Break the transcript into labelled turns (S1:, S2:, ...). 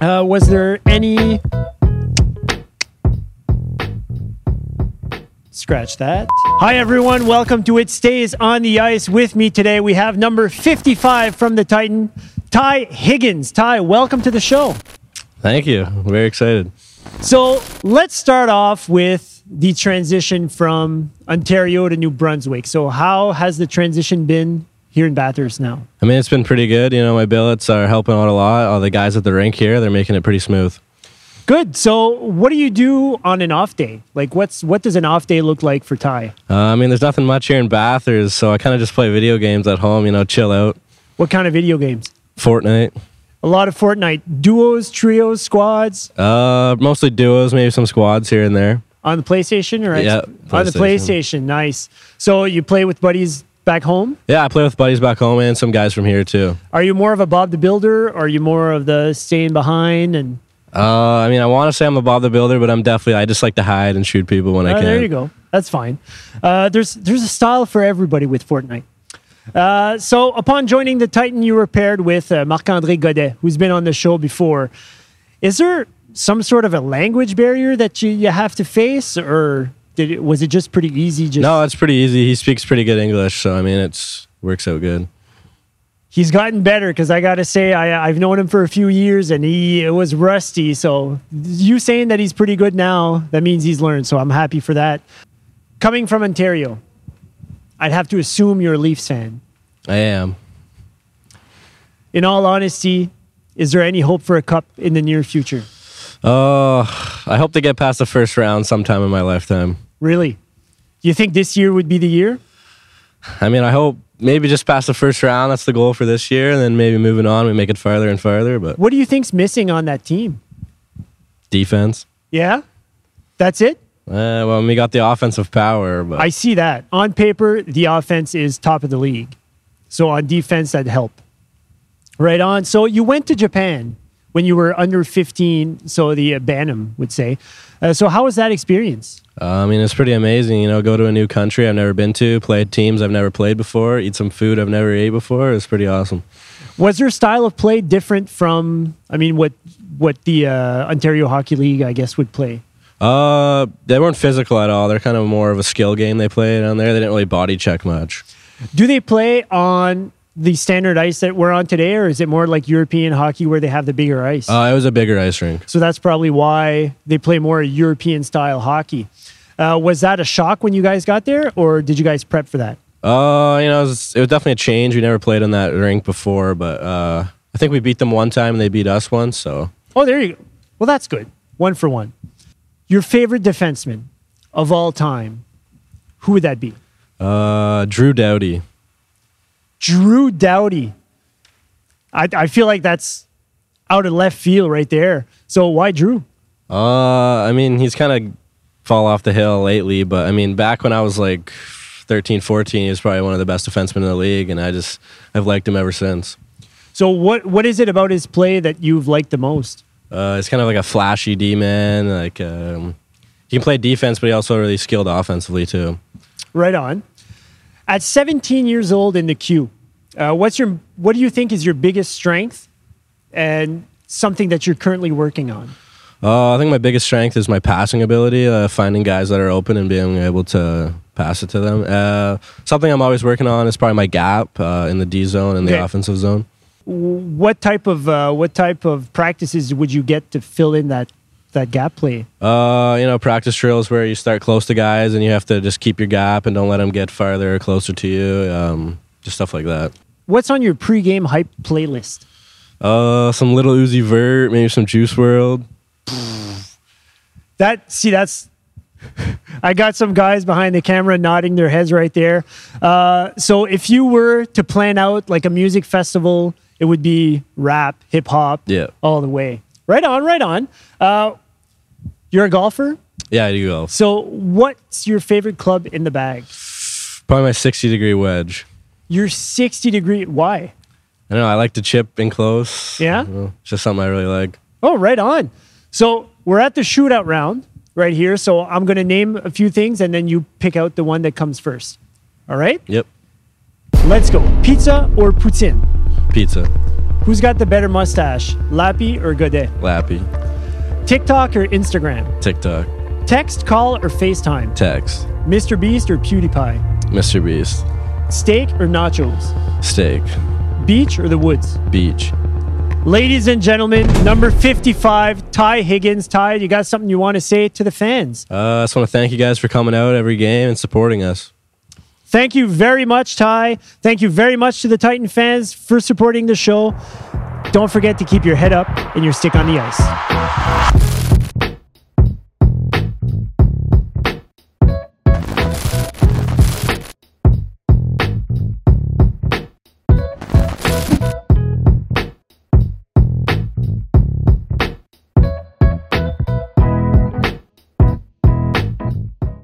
S1: Uh, was there any? Scratch that. Hi everyone, welcome to It Stays on the Ice. With me today, we have number 55 from the Titan, Ty Higgins. Ty, welcome to the show.
S2: Thank you. I'm very excited.
S1: So let's start off with the transition from Ontario to New Brunswick. So, how has the transition been here in Bathurst now?
S2: I mean, it's been pretty good. You know, my billets are helping out a lot. All the guys at the rink here, they're making it pretty smooth.
S1: Good. So, what do you do on an off day? Like, what's what does an off day look like for Ty?
S2: Uh, I mean, there's nothing much here in Bathurst, so I kind of just play video games at home, you know, chill out.
S1: What kind of video games?
S2: Fortnite.
S1: A lot of Fortnite duos, trios, squads
S2: Uh, mostly duos, maybe some squads here and there.
S1: on the PlayStation, or
S2: Yeah,
S1: on the
S2: PlayStation.
S1: PlayStation. Nice. So you play with buddies back home.
S2: Yeah, I play with buddies back home and some guys from here too.
S1: Are you more of a Bob the Builder, or are you more of the staying behind and
S2: Uh, I mean, I want to say I'm a Bob the Builder, but I'm definitely, I just like to hide and shoot people when I
S1: Uh,
S2: can.
S1: there you go. That's fine. Uh, there's there's a style for everybody with Fortnite. Uh, so upon joining the Titan, you were paired with uh, Marc-André Godet, who's been on the show before. Is there some sort of a language barrier that you, you have to face, or did it, was it just pretty easy? Just
S2: No, it's pretty easy. He speaks pretty good English, so I mean, it's works out good.
S1: he's gotten better because I got to say I, I've known him for a few years and he it was rusty. So you saying that he's pretty good now, that means he's learned. So I'm happy for that. Coming from Ontario, I'd have to assume you're a Leafs fan.
S2: I am.
S1: In all honesty, is there any hope for a cup in the near future?
S2: Oh, I hope to get past the first round sometime in my lifetime.
S1: Really? You think this year would be the year?
S2: I mean, I hope maybe just past the first round. That's the goal for this year, and then maybe moving on, we make it farther and farther. But
S1: What do you think's missing on that team?
S2: defense,
S1: Yeah? That's it?
S2: uh, well, we got the offensive power, but
S1: I see that. On paper, the offense is top of the league. So on defense, that'd help. Right on. So you went to Japan when you were under 15, so the uh, Bantam would say. Uh, so how was that experience?
S2: uh, I mean, it's pretty amazing. You know, go to a new country I've never been to, play teams I've never played before, eat some food I've never ate before. It's pretty awesome.
S1: Was your style of play different from, I mean, what, what the uh, Ontario Hockey League, I guess, would play?
S2: Uh, they weren't physical at all. They're kind of more of a skill game they played on there. They didn't really body check much.
S1: Do they play on the standard ice that we're on today, or is it more like European hockey where they have the bigger ice?
S2: Uh, it was a bigger ice rink.
S1: So that's probably why they play more European style hockey. Uh, was that a shock when you guys got there, or did you guys prep for that?
S2: Uh, you know, it was, it was definitely a change. We never played on that rink before, but uh, I think we beat them one time and they beat us once. So
S1: Oh, there you go. Well, that's good. One for one. Your favorite defenseman of all time, who would that be?
S2: uh, Drew Doughty.
S1: Drew Doughty. I, I feel like that's out of left field right there. So why Drew?
S2: Uh, I mean, he's kind of fall off the hill lately, but I mean, back when I was like 13, 14, he was probably one of the best defensemen in the league, and I just I've liked him ever since.
S1: So what, what is it about his play that you've liked the most?
S2: Uh, he's kind of like a flashy D man. Like um, he can play defense, but he also really skilled offensively too.
S1: Right on. At 17 years old in the queue, uh, what's your what do you think is your biggest strength and something that you're currently working on?
S2: Uh, I think my biggest strength is my passing ability, uh, finding guys that are open and being able to pass it to them. Uh, something I'm always working on is probably my gap uh, in the D zone and the
S1: Okay.
S2: offensive zone.
S1: What type of uh, what type of practices would you get to fill in that that gap play?
S2: Uh, you know, practice drills where you start close to guys and you have to just keep your gap and don't let them get farther or closer to you. Um, just stuff like that.
S1: What's on your pregame hype playlist?
S2: Uh, some little Uzi Vert, maybe some Juice World.
S1: That see that's I got some guys behind the camera nodding their heads right there. Uh, so if you were to plan out like a music festival, it would be rap, hip hop,
S2: Yeah.
S1: all the way. Right on, right on. Uh, you're a golfer.
S2: Yeah, I do golf.
S1: So what's your favorite club in the bag?
S2: Probably my 60 degree wedge.
S1: Your 60 degree. Why?
S2: I don't know I like to chip in close.
S1: Yeah?
S2: I don't know, it's just something I really like.
S1: Oh, right on. So we're at the shootout round right here. So I'm going to name a few things and then you pick out the one that comes first. All right,
S2: Yep.
S1: let's go. Pizza or poutine?
S2: Pizza.
S1: Who's got the better mustache, Lappy or Godet?
S2: Lappy,
S1: TikTok or Instagram?
S2: TikTok,
S1: Text, call, or FaceTime?
S2: text,
S1: Mr. Beast or PewDiePie?
S2: Mr. Beast,
S1: Steak or nachos?
S2: steak,
S1: Beach or the woods?
S2: beach.
S1: Ladies and gentlemen, number 55, Ty Higgins. Ty, you got something you want to say to the fans?
S2: Uh, I just want to thank you guys for coming out every game and supporting us.
S1: Thank you very much, Ty. Thank you very much to the Titan fans for supporting the show. Don't forget to keep your head up and your stick on the ice.